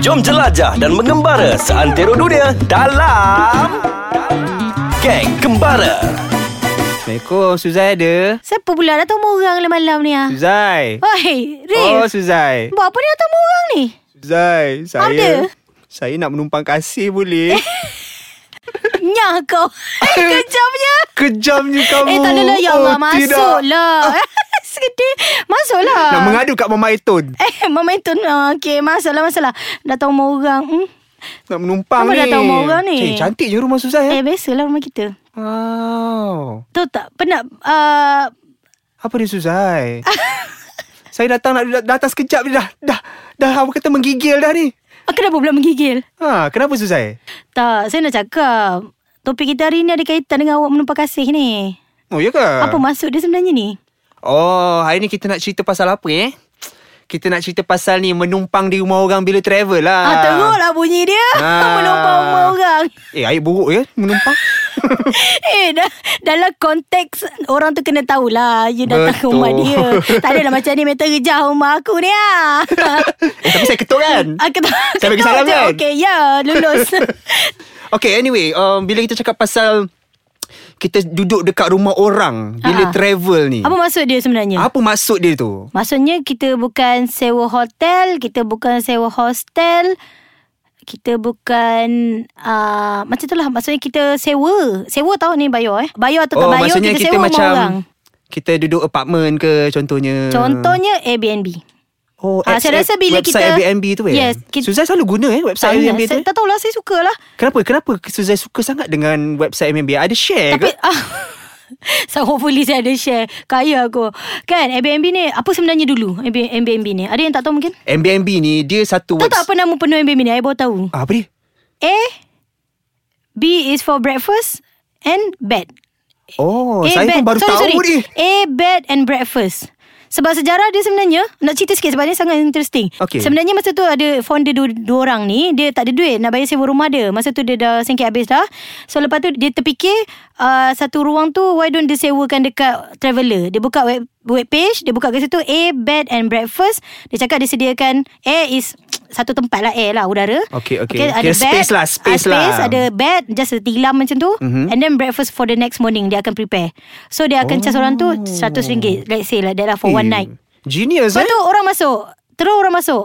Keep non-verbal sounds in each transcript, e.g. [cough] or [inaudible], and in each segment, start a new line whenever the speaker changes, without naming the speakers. Jom jelajah dan mengembara seantero dunia dalam Geng Kembara.
Assalamualaikum Suzai ada
Siapa pula datang rumah orang lah malam ni ah?
Suzai
Oi,
Oh
Rif.
Suzai
Buat apa ni datang rumah orang ni?
Suzai Saya
Ada?
Saya nak menumpang kasih
[laughs]
boleh
Nyah kau.
[laughs]
Eh, Kejamnya.
Kejamnya kamu Oh,
Eh, tak adalah. Ya Allah, masuklah. [laughs] Sedih. Masuklah.
Ah. Nak mengadu kat Mama Etun
Eh, Mama itu. ah, Okey, masalah, masalah. Datang rumah orang. Hmm.
Nak menumpang
Kamu
ni
dah tahu rumah orang ni.
Cik, Cantik je rumah Suzai eh.
Eh, biasalah rumah kita.
Wow
Tahu tak, pernah... Uh,
Apa dia Suzai [laughs] Saya datang nak datang sekejap je dah Dah Dah awak kata menggigil dah ni
ah, kenapa pula menggigil?
Ha, kenapa Suzai?
Tak, saya nak cakap. Topik kita hari ni ada kaitan dengan awak menumpah kasih ni.
Oh, ya ke?
Apa maksud dia sebenarnya ni?
Oh, hari ni kita nak cerita pasal apa eh? Kita nak cerita pasal ni menumpang di rumah orang bila travel lah.
Ah, teruklah bunyi dia.
Ah.
[laughs] Menumpah rumah orang.
Eh, air buruk ya
[laughs]
menumpang.
Eh, da- dalam konteks orang tu kena tahulah you datang ke
Betul.
rumah
[laughs]
dia. Tak adalah macam ni meter rejah rumah aku ni ah.
eh, tapi saya ketuk kan?
[laughs] Aku tak.
Saya bagi salam kan?
Okey, ya, lulus.
[laughs]
Hmm.
Okay, anyway, um, bila kita cakap pasal kita duduk dekat rumah orang bila
Ah.
travel ni.
Apa maksud dia sebenarnya?
apa maksud dia tu?
Maksudnya kita bukan sewa hotel, kita bukan sewa hostel. Kita bukan uh, Macam tu lah Maksudnya kita sewa Sewa tau ni bayar eh Bayar atau tak bayar
Oh, maksudnya
kita,
kita,
sewa
macam Hmm.
rumah orang
kita duduk apartment ke contohnya.
Contohnya Airbnb
Oh,
Ah,
apps-
saya rasa bila
website
kita-
Airbnb tu eh.
Yes, kita-
Suzai selalu guna eh website
Saya-
Airbnb tu.
saya-
Eh?
Tak tahulah saya suka lah
Kenapa? Kenapa Suzai suka sangat dengan website Airbnb? Ada share
Tapi
ke?
ah, [laughs] So hopefully saya ada share Kaya aku Kan Airbnb ni Apa sebenarnya dulu Airbnb Airbnb ni Ada yang tak tahu mungkin
Airbnb ni dia satu
Tahu tak
website.
apa Eh, nama penuh Airbnb ni Saya baru tahu
Ah, apa dia?
A B is for breakfast And bed
Oh,
A,
saya
bed.
pun baru
eh, sorry,
tahu
sorry.
ni.
A bed and breakfast sebab sejarah dia sebenarnya Nak cerita sikit Sebab dia sangat interesting
Okey.
Sebenarnya masa tu ada Founder dua, dua orang ni Dia tak ada duit Nak bayar sewa rumah dia Masa tu dia dah sengkit habis dah So lepas tu dia terfikir uh, Satu ruang tu Why don't dia sewakan dekat Traveller Dia buka web, web page Dia buka kat situ A bed and breakfast Dia cakap dia sediakan A is satu tempat lah Air lah udara
Okey, okey.
ada
Kira
bed,
space lah, space
ah, space
lah.
Ada bed Just a tilam macam tu
Mhm.
mm-hmm. And then breakfast for the next morning Dia akan prepare So dia akan oh. charge orang tu RM100 Let's say lah That lah for one
Eh,
night
Genius eh.
Lepas tu orang masuk Terus orang masuk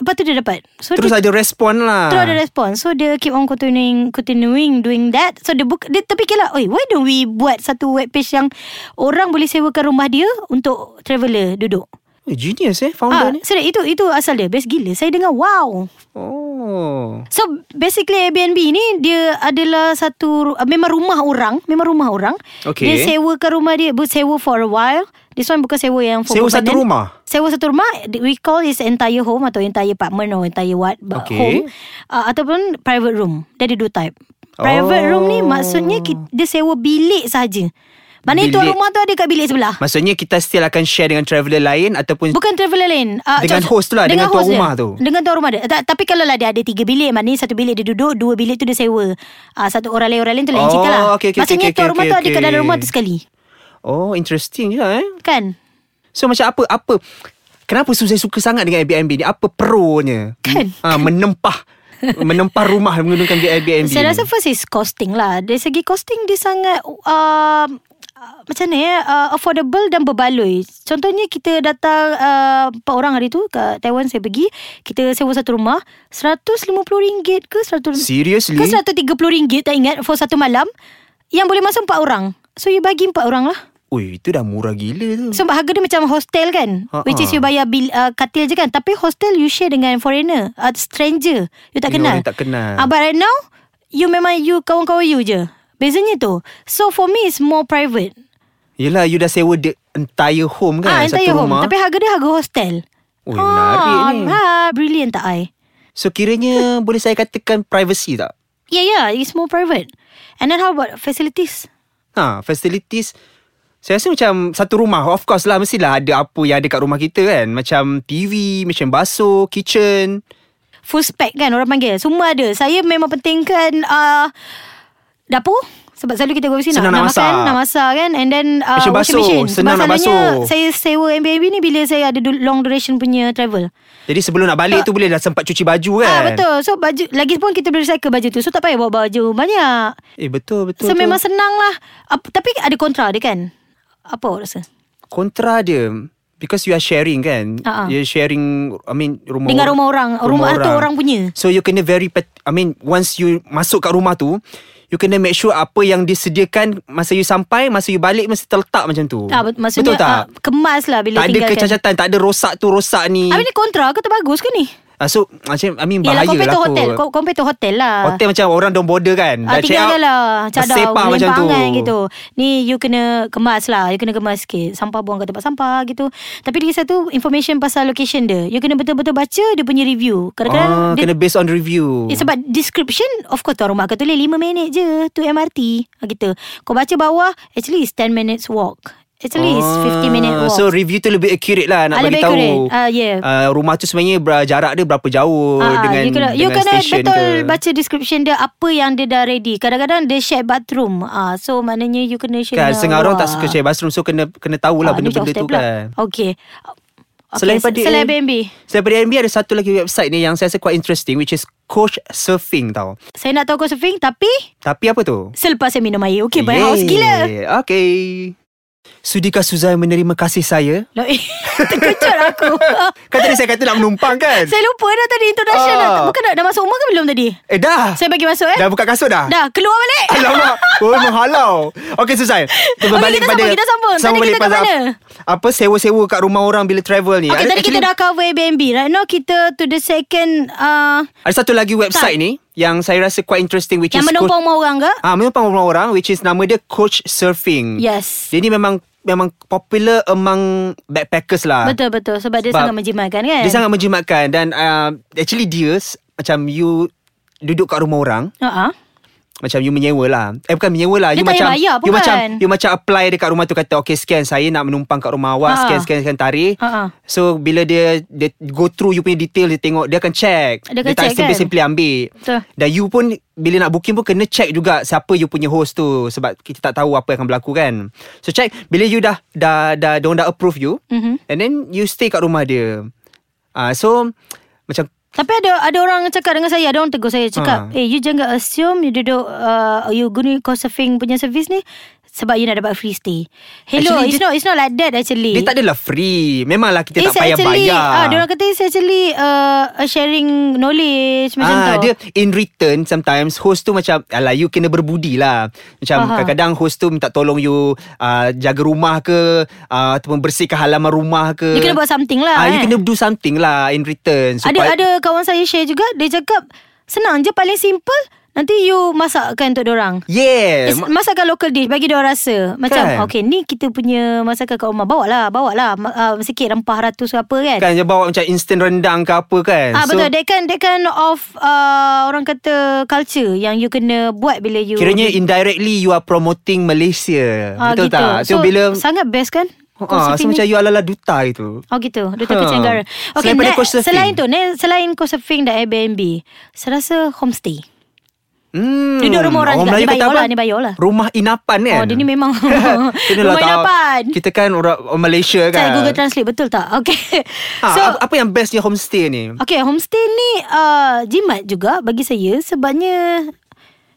Lepas tu dia dapat So
Terus
dia,
ada respon lah.
Terus ada respon So dia keep on continuing Continuing doing that So dia buka Dia terfikirlah Oi why don't we Buat satu web page yang Orang boleh sewakan rumah dia Untuk traveller duduk
Eh, Genius eh founder
Ah,
ni.
serius, itu itu asal dia Best gila Saya dengar wow
Oh.
So basically Airbnb ni dia adalah satu ru- uh, memang rumah orang, memang rumah orang.
Okay.
Dia sewakan rumah dia, bu- sewa for a while. This one bukan sewa yang for
Sewa satu
permanent.
rumah?
Sewa satu rumah we call is entire home atau entire apartment or entire what but
Okay.
home uh, ataupun private room. Dia ada dua type. Private
Oh.
room ni maksudnya ki- dia sewa bilik saja. Maknanya tuan
Bilik.
rumah tu ada kat bilik sebelah.
Maksudnya kita still akan share dengan traveller lain ataupun
Bukan traveller lain uh,
Dengan
cons-
host tu lah, dengan tuan
host dia.
rumah tu.
Dengan tuan rumah dia Ta- Tapi kalau lah dia ada tiga bilik Maknanya satu bilik dia duduk Dua bilik tu dia sewa uh, Satu orang lain-orang lain tu lain
Oh,
cerita lah
okey, okey,
Maksudnya
okey, okey,
tuan rumah
okey,
tu ada kat dalam
okey.
rumah tu sekali
Oh, interesting juga eh.
Kan
So macam apa apa Kenapa Suzai suka sangat dengan Airbnb ni? Apa pronya?
Kan?
Ha,
[laughs]
menempah menempah rumah menggunakan Airbnb.
Saya
ni.
rasa first is costing lah Dari segi costing dia sangat uh, uh, Macam ni eh uh, Affordable dan berbaloi Contohnya kita datang uh, Empat orang hari tu Kat Taiwan saya pergi Kita sewa satu rumah RM150 ke 100
Seriously?
Ke RM130 tak ingat For satu malam Yang boleh masuk empat orang So you bagi empat orang lah
Ui, itu dah murah gila tu.
Sebab harga dia macam hostel
Hmm.
kan
Ha-ha.
Which is you bayar bil, uh, katil je kan Tapi hostel you share dengan foreigner uh, Stranger You tak
You
kenal
orang tak kenal.
uh, But right now You memang you kawan-kawan you je Bezanya tu So for me it's more private
Yelah, you dah sewa the entire home kan?
Ah,
satu
entire home
rumah.
Tapi harga dia harga hostel
Ui, menarik ni.
ha, Brilliant tak I
So kiranya boleh saya katakan privacy tak?
Yeah yeah It's more private And then how about facilities
Ha, facilities saya rasa macam satu rumah Of course lah Mestilah ada apa yang ada kat rumah kita kan Macam TV Macam basuh Kitchen
Full spec kan orang panggil Semua ada Saya memang pentingkan uh, Dapur Sebab selalu kita go sini
Senang nak
nak,
masak.
makan, nak masak kan and then uh,
Mesin basuh, senang nak
Sebab selalunya
basuh.
saya sewa Airbnb ni bila saya ada du- long duration punya travel.
Jadi sebelum nak balik tu boleh dah sempat cuci baju kan?
Ah betul. So baju lagi pun kita boleh recycle baju tu. So tak payah bawa baju banyak.
Eh betul betul.
So
tu.
memang senang lah Ap- Tapi ada kontra dia kan Apa awak rasa?
kontra dia because you are sharing kan
Ha-ha.
you sharing I mean rumah
Ah, Dengan rumah orang. Rumah tu orang punya.
so you kena very pet- I mean once you masuk kat rumah tu you kena make sure apa yang disediakan masa you sampai masa you balik mesti terletak macam tu
Ah, bet- maksudnya
betul tak
ah, kemas lah bila
tak ada
tinggalkan.
kecacatan tak ada rosak tu rosak ni
Habis ni kontra ke tak bagus ke ni?
Ah, so macam I mean bahaya
Yalah compare
lah
to
kot.
hotel Co- Compare to hotel lah
Hotel macam orang down border kan
Ah,
check out,
tinggal je lah Cadar
sepang macam tu Ah,
Lempangan gitu Ni you kena kemas lah You kena kemas sikit Sampah buang kat tempat sampah gitu Tapi lagi satu Information pasal location dia You kena betul-betul baca Dia punya review
ah,
Kadang-kadang dia,
kena based on review
Eh, sebab description Of course tuan rumah kau tulis 5 minit je Tu MRT ha, Gitu Kau baca bawah Actually it's 10 minutes walk Actually it's 50 minute
Ah,
walk
So review tu lebih accurate lah Nak
Ah,
bagi
lebih
tahu
accurate. Ah, yeah.
Ah, Rumah tu sebenarnya ber- Jarak dia berapa jauh
Ah, ah,
Dengan
you kena, you
dengan
kena
station
betul
ke.
baca description dia apa yang dia dah ready. Kadang-kadang dia share bathroom. Ah, so maknanya you kena share.
Kan
dengan
setengah orang tak
awak.
suka share bathroom So kena kena tahulah
Ya Ah, ni
benda-benda tu
jauh step lah.
kan
Okay. okay.
Selain pada
selain Airbnb.
Selain pada Airbnb Ada satu lagi website ni Yang saya rasa quite interesting Which is Coach Surfing tau
Saya nak tahu kau surfing tapi
Tapi apa tu?
selepas saya minum air. Okay, banyak haus gila.
Okay Sudikah Suzai menerima kasih saya?
Loh, eh, [laughs] Terkejut aku.
Kan tadi saya kata nak menumpang kan?
saya lupa dah tadi introduction.
Ah.
dah. Bukan dah, dah masuk umur ke belum tadi?
eh dah
Saya bagi masuk eh.
Dah buka kasut dah?
Dah, keluar balik.
Alamak Oh menghalau Okay Suzai Kita
[laughs] Okey,
berbalik
kita
pada
sambung, kita sambung. Tadi
balik
kita kat
pada
mana?
ap- Apa sewa-sewa kat rumah orang Bila travel ni Ada-
Okay, tadi kita
actually,
dah cover Airbnb. Right now, kita to the second... Uh,
Ada satu lagi website
Tak.
ni Yang saya rasa quite interesting Which
yang
is
menumpang rumah orang ke?
Ah, menumpang rumah orang Which is nama dia Coach Surfing
Yes.
Jadi memang Memang popular among backpackers lah
Betul betul sebab dia
Sebab
sangat menjimatkan kan.
Dia sangat menjimatkan Dan uh, actually dia s- Macam you Duduk kat rumah orang
Ha ah.
macam you menyewa lah Eh bukan menyewa lah
Dia
you
tak payah
macam,
bayar pun
You
kan?
macam You macam apply dekat rumah tu Kata okay scan Saya nak menumpang kat rumah awak
Ha.
Scan scan scan tarik
Ha, ha.
So bila dia, dia Go through you punya detail Dia tengok Dia akan check
Dia akan
tak
check, kan?
simply-simply ambil
Betul.
Dan you pun Bila nak booking pun Kena check juga Siapa you punya host tu Sebab kita tak tahu Apa yang akan berlaku kan So check Bila you dah Dah dah Diorang dah approve you
Mhm.
And then you stay kat rumah dia Ah, So Macam
Tapi ada ada orang cakap dengan saya, ada orang tegur saya
Ha.
cakap, "Eh, you jangan assume you duduk uh, you guna kau surfing punya service ni sebab you nak dapat free stay." Hello,
Actually,
it's
dia-
not it's not like that actually.
Dia tak adalah free Memlamlah kita
It's
tak payah
Eh. actually,
bayar
Ah, dia orang kata it's actually uh, a sharing knowledge macam
ah,
tu.
Dia in return sometimes host tu macam alah you kena berbudi lah. Macam
Faham.
kadang-kadang host tu minta tolong you uh, jaga rumah ke uh, ataupun bersihkan halaman rumah ke.
You kena buat something lah,
Ah, you
eh.
kena do something lah in return.
ada
Supaya-
ada kawan saya share juga, dia cakap senang je paling simple, nanti you masakkan untuk orang.
Yeah.
It's masakan local dish Bagi dia orang rasa Macam
Eh, Kan?
kan? Okay ni kita punya Masakan kat rumah Bawa lah Bawa lah ma- uh, Sikit rempah ratus ke apa kan,
Kan dia bawa macam instant rendang ke apa kan.
Ah betul that kind that kind of uh, orang kata culture yang you kena buat bila you
Kiranya indirectly you are promoting Malaysia.
Ah,
Betul
gitu.
tak?
So,
so bila
sangat best kan?
Ah, so
Couchsurfing ni.
macam you ala-ala duta itu.
Oh gitu Duta
Ha.
ha. Pencanggara okay,
Selain pada
next-
couchsurfing.
Selain tu ne, Selain couchsurfing dan Airbnb Saya rasa homestay
Hmm.
Duduk rumah orang juga.
Melayu
Dia
kata
bayar
apa?
lah, dia bayar lah.
Rumah inapan kan.
Oh dia ni
[laughs]
memang
Kenalah
Rumah
tahu.
inapan
Kita kan orang orang Malaysia kan.
Cari Google Translate betul tak Okay [laughs]
Ha, so, apa yang bestnya homestay ni?
Okay, homestay ni uh, jimat juga bagi saya sebabnya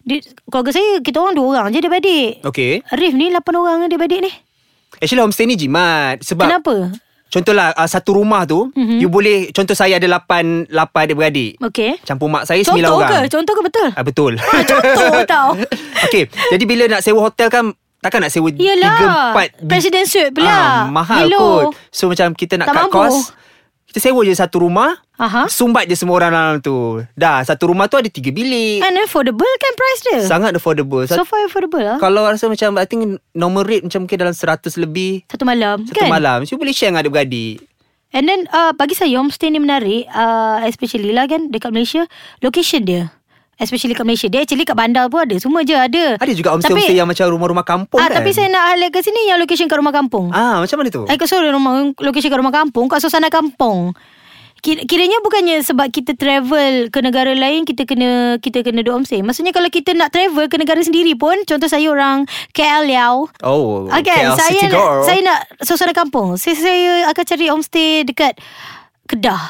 di, keluarga saya kita orang dua orang je dia adik.
Okay.
Arif ni lapan orang dia adik ni.
Actually homestay ni jimat sebab
Kenapa? Mhm.
contohlah uh, satu rumah tu mm-hmm. you boleh contoh saya ada 8 8 adik-beradik.
Okay.
Campur mak saya 9
Contoh
lah orang.
ke? Contoh ke betul?
Ah, betul.
Ah,
[laughs]
contoh tau.
Okay Jadi bila nak sewa hotel kan Takkan nak sewa
Yelah.
tiga empat bi-
President suite pula.
ah, Mahal
Hello.
kot So macam kita nak
Tak
cut
mampu. Ha?
cost Kita sewa je satu rumah
Aha.
Sumbat je semua orang dalam tu Dah satu rumah tu ada tiga bilik
And affordable kan price dia?
Sangat affordable
so far affordable lah.
Kalau rasa macam I think normal rate Macam mungkin dalam 100 lebih
Satu malam
Satu
kan?
malam So you boleh share dengan adik-beradik
And then uh, bagi saya homestay ni menarik uh, Especially lah kan dekat Malaysia Location dia Especially kat Malaysia Dia actually kat bandar pun ada Semua je ada
Ada juga
Tapi-
homestay-homestay Yang macam rumah-rumah kampung
Ah,
kan
Tapi saya nak highlight kat sini Yang location kat rumah kampung
Ah, macam mana tu?
Saya kat sorry rumah Location kat rumah kampung Kat suasana kampung Ki- Kiranya bukannya sebab kita travel ke negara lain kita kena kita kena do omseh. Maksudnya kalau kita nak travel ke negara sendiri pun contoh saya orang KL Liao.
Oh,
Okay,
KL
saya
City
nak,
Girl.
saya nak suasana kampung. Saya, saya akan cari homestay dekat Kedah.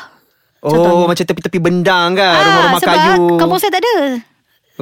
Oh, macam tepi-tepi bendang kan, rumah-rumah
Ah, sebab
kayu.
kampung saya tak ada.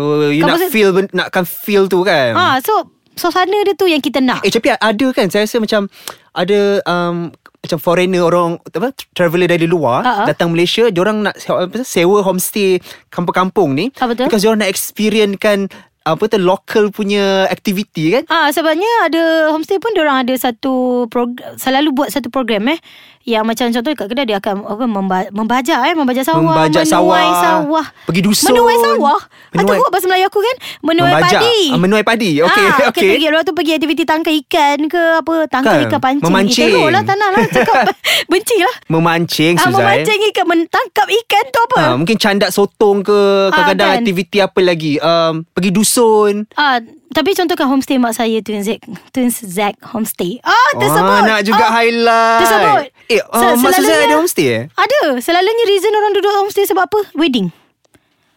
oh, you nak
kampung saya-
feel ben- nakkan feel tu kan.
Ah, so suasana dia tu yang kita nak.
Eh tapi ada kan Saya rasa macam Ada um, Macam foreigner orang apa, Traveller dari luar
Ha-ha.
uh-huh. Datang Malaysia Diorang nak sewa, apa, sewa homestay Kampung-kampung ni
Ha, betul.
Because diorang nak experience kan Apa tu Local punya activity kan
Ah sebabnya ada homestay pun orang ada satu program selalu buat satu program eh yang macam contoh kat kedai dia akan apa memba- membajak eh membajak sawah
Membajak
menuai
sawah,
sawah
pergi dusun.
menuai sawah atau
Menuai-
buat bahasa Melayu aku kan menuai
Membajak.
padi
Ah, menuai padi. Okey,
ah,
okey.
pergi lepas tu pergi aktiviti tangkap ikan ke apa tangkap
Kan,
ikan pancing
memancing.
Eh, teruk lah tanah lah
[laughs]
cakap [laughs] benci lah
Memancing
ah,
Suzai
memancing ikan mentangkap ikan tu apa
Ah, mungkin candak sotong ke Kadang-kadang
kan.
aktiviti apa lagi um, Pergi dusun
Ah, tapi contohkan homestay mak saya Twin Zack Twin Zack Homestay. Ah, tersebut.
Ah, nak juga
Ah,
highlight.
Tersebut.
Eh, ah,
Se-
Mak Suzai
selalunya-
ada homestay eh?
Ada. Selalunya reason orang duduk homestay sebab apa? Wedding.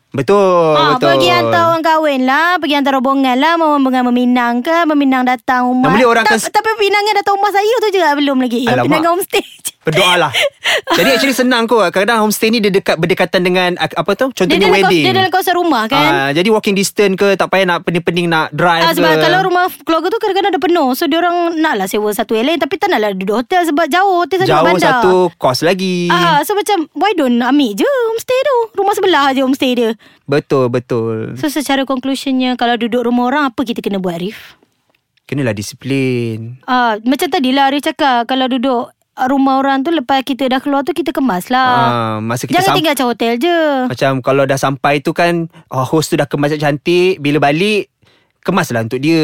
Betul Oh,
ah,
betul.
pergi hantar orang kahwin lah, pergi hantar rombongan lah, mau rombongan meminang ke, meminang datang rumah.
Dan boleh orang
Ta-
akan-
tapi pinangnya datang rumah saya tu juga belum lagi. Yang
Alamak.
pinangan homestay. [laughs] je.
Berdoa lah Jadi actually senang kot Kadang-kadang homestay ni Dia dekat berdekatan dengan ak- Apa tu
Dia
Contohnya
dalam, kawasan,
wedding
dia dalam kawasan rumah kan?
Ah, Jadi walking distance ke Tak payah nak pening-pening Nak drive
Ah, sebab
ke
kalau rumah keluarga tu kadang-kadang dah penuh So diorang nak lah sewa satu LA Tapi tak nak lah duduk hotel Sebab jauh hotel sangat
Jauh
bandar
satu Kos lagi
Ah, so macam why don't ambil je homestay tu. Rumah sebelah je homestay dia.
Betul betul
So secara conclusionnya kalau duduk rumah orang apa kita kena buat Arif?
Kenalah disiplin
Ah, macam tadi lah Arif cakap kalau duduk rumah orang tu lepas kita dah keluar tu kita kemas lah.
Ah, Masa kita
Jangan
sampai
tinggal macam hotel je.
Macam kalau dah sampai tu kan oh, Host tu dah kemas cantik Bila balik Kemas lah untuk dia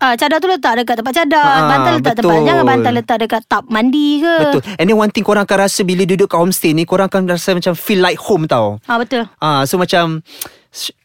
Ah, cadar tu letak dekat tempat cadar,
Ah,
bantal letak tempat.
betul.
Jangan bantal letak dekat tap mandi ke.
Betul And then one thing korang akan rasa Bila duduk kat homestay ni Korang akan rasa macam Feel like home tau
Ah, betul.
Ah, so macam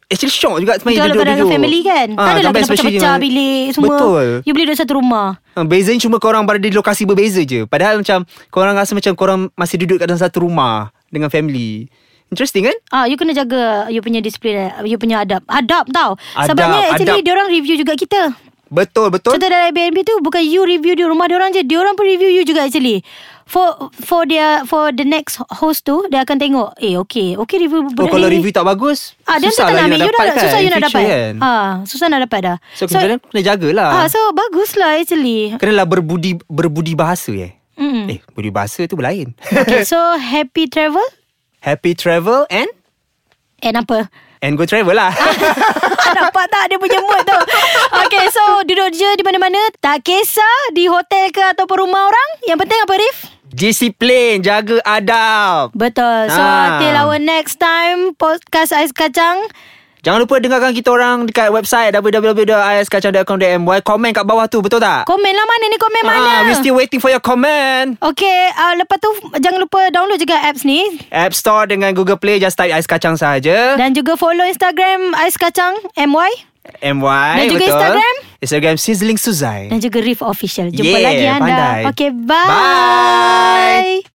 Actually syok juga
Betul
sebenarnya
lah kadang
duduk-duduk.
dengan family kan
Ah,
Tak
sampai
adalah kena
especially
pecah-pecah
dengan-
bilik semua
Betul
You boleh duduk satu rumah
Ah, Bezanya cuma korang berada di lokasi berbeza je Padahal macam Korang rasa macam korang masih duduk kat dalam satu rumah Dengan family Interesting kan?
Ah, you kena jaga you punya disiplin, you punya adab. Adab tau.
Adab,
Sebabnya
adab.
actually diorang review juga kita.
Betul betul
Contoh dalam Airbnb tu bukan you review di rumah diorang je, diorang pun review you juga actually. For for dia for the next host tu dia akan tengok, eh okay, okay review
Oh
budak
kalau
ni.
review tak bagus
Ah, dia
Susah lah
tak nak
you
ambil
nak
you
dapat
dah
kan
susah you nak
Future
dapat.
kan?
Ah, susah nak dapat dah.
So kena, kena jagalah
Ah, so bagus lah actually.
Kenalah berbudi berbudi bahasa eh
Mm.
Eh budi bahasa tu [laughs] lain
[laughs] Okay, so happy travel
Happy travel and
and [laughs] apa?
And go travel lah [laughs]
Ah, Nampak tak dia punya mood tu Okay so duduk je di mana-mana Tak kisah di hotel ke ataupun rumah orang Yang penting apa Rif?
Disiplin Jaga adab
Betul So
Ah.
till our next time Podcast Ais Kacang
Jangan lupa dengarkan kita orang Dekat website www.iskacang.com.my Komen kat bawah tu Betul tak?
Komen lah mana ni komen mana
Ah, we still waiting for your comment
Okay uh, lepas tu jangan lupa download juga apps ni
App Store dengan Google Play Just type Ais Kacang sahaja
Dan juga follow Instagram Ais Kacang MY
MY
Dan juga
betul.
Instagram?
Instagram Sizzling Suzai
Dan juga Rif Official Jumpa
Yeah,
lagi anda
pandai.
Okay bye
Bye.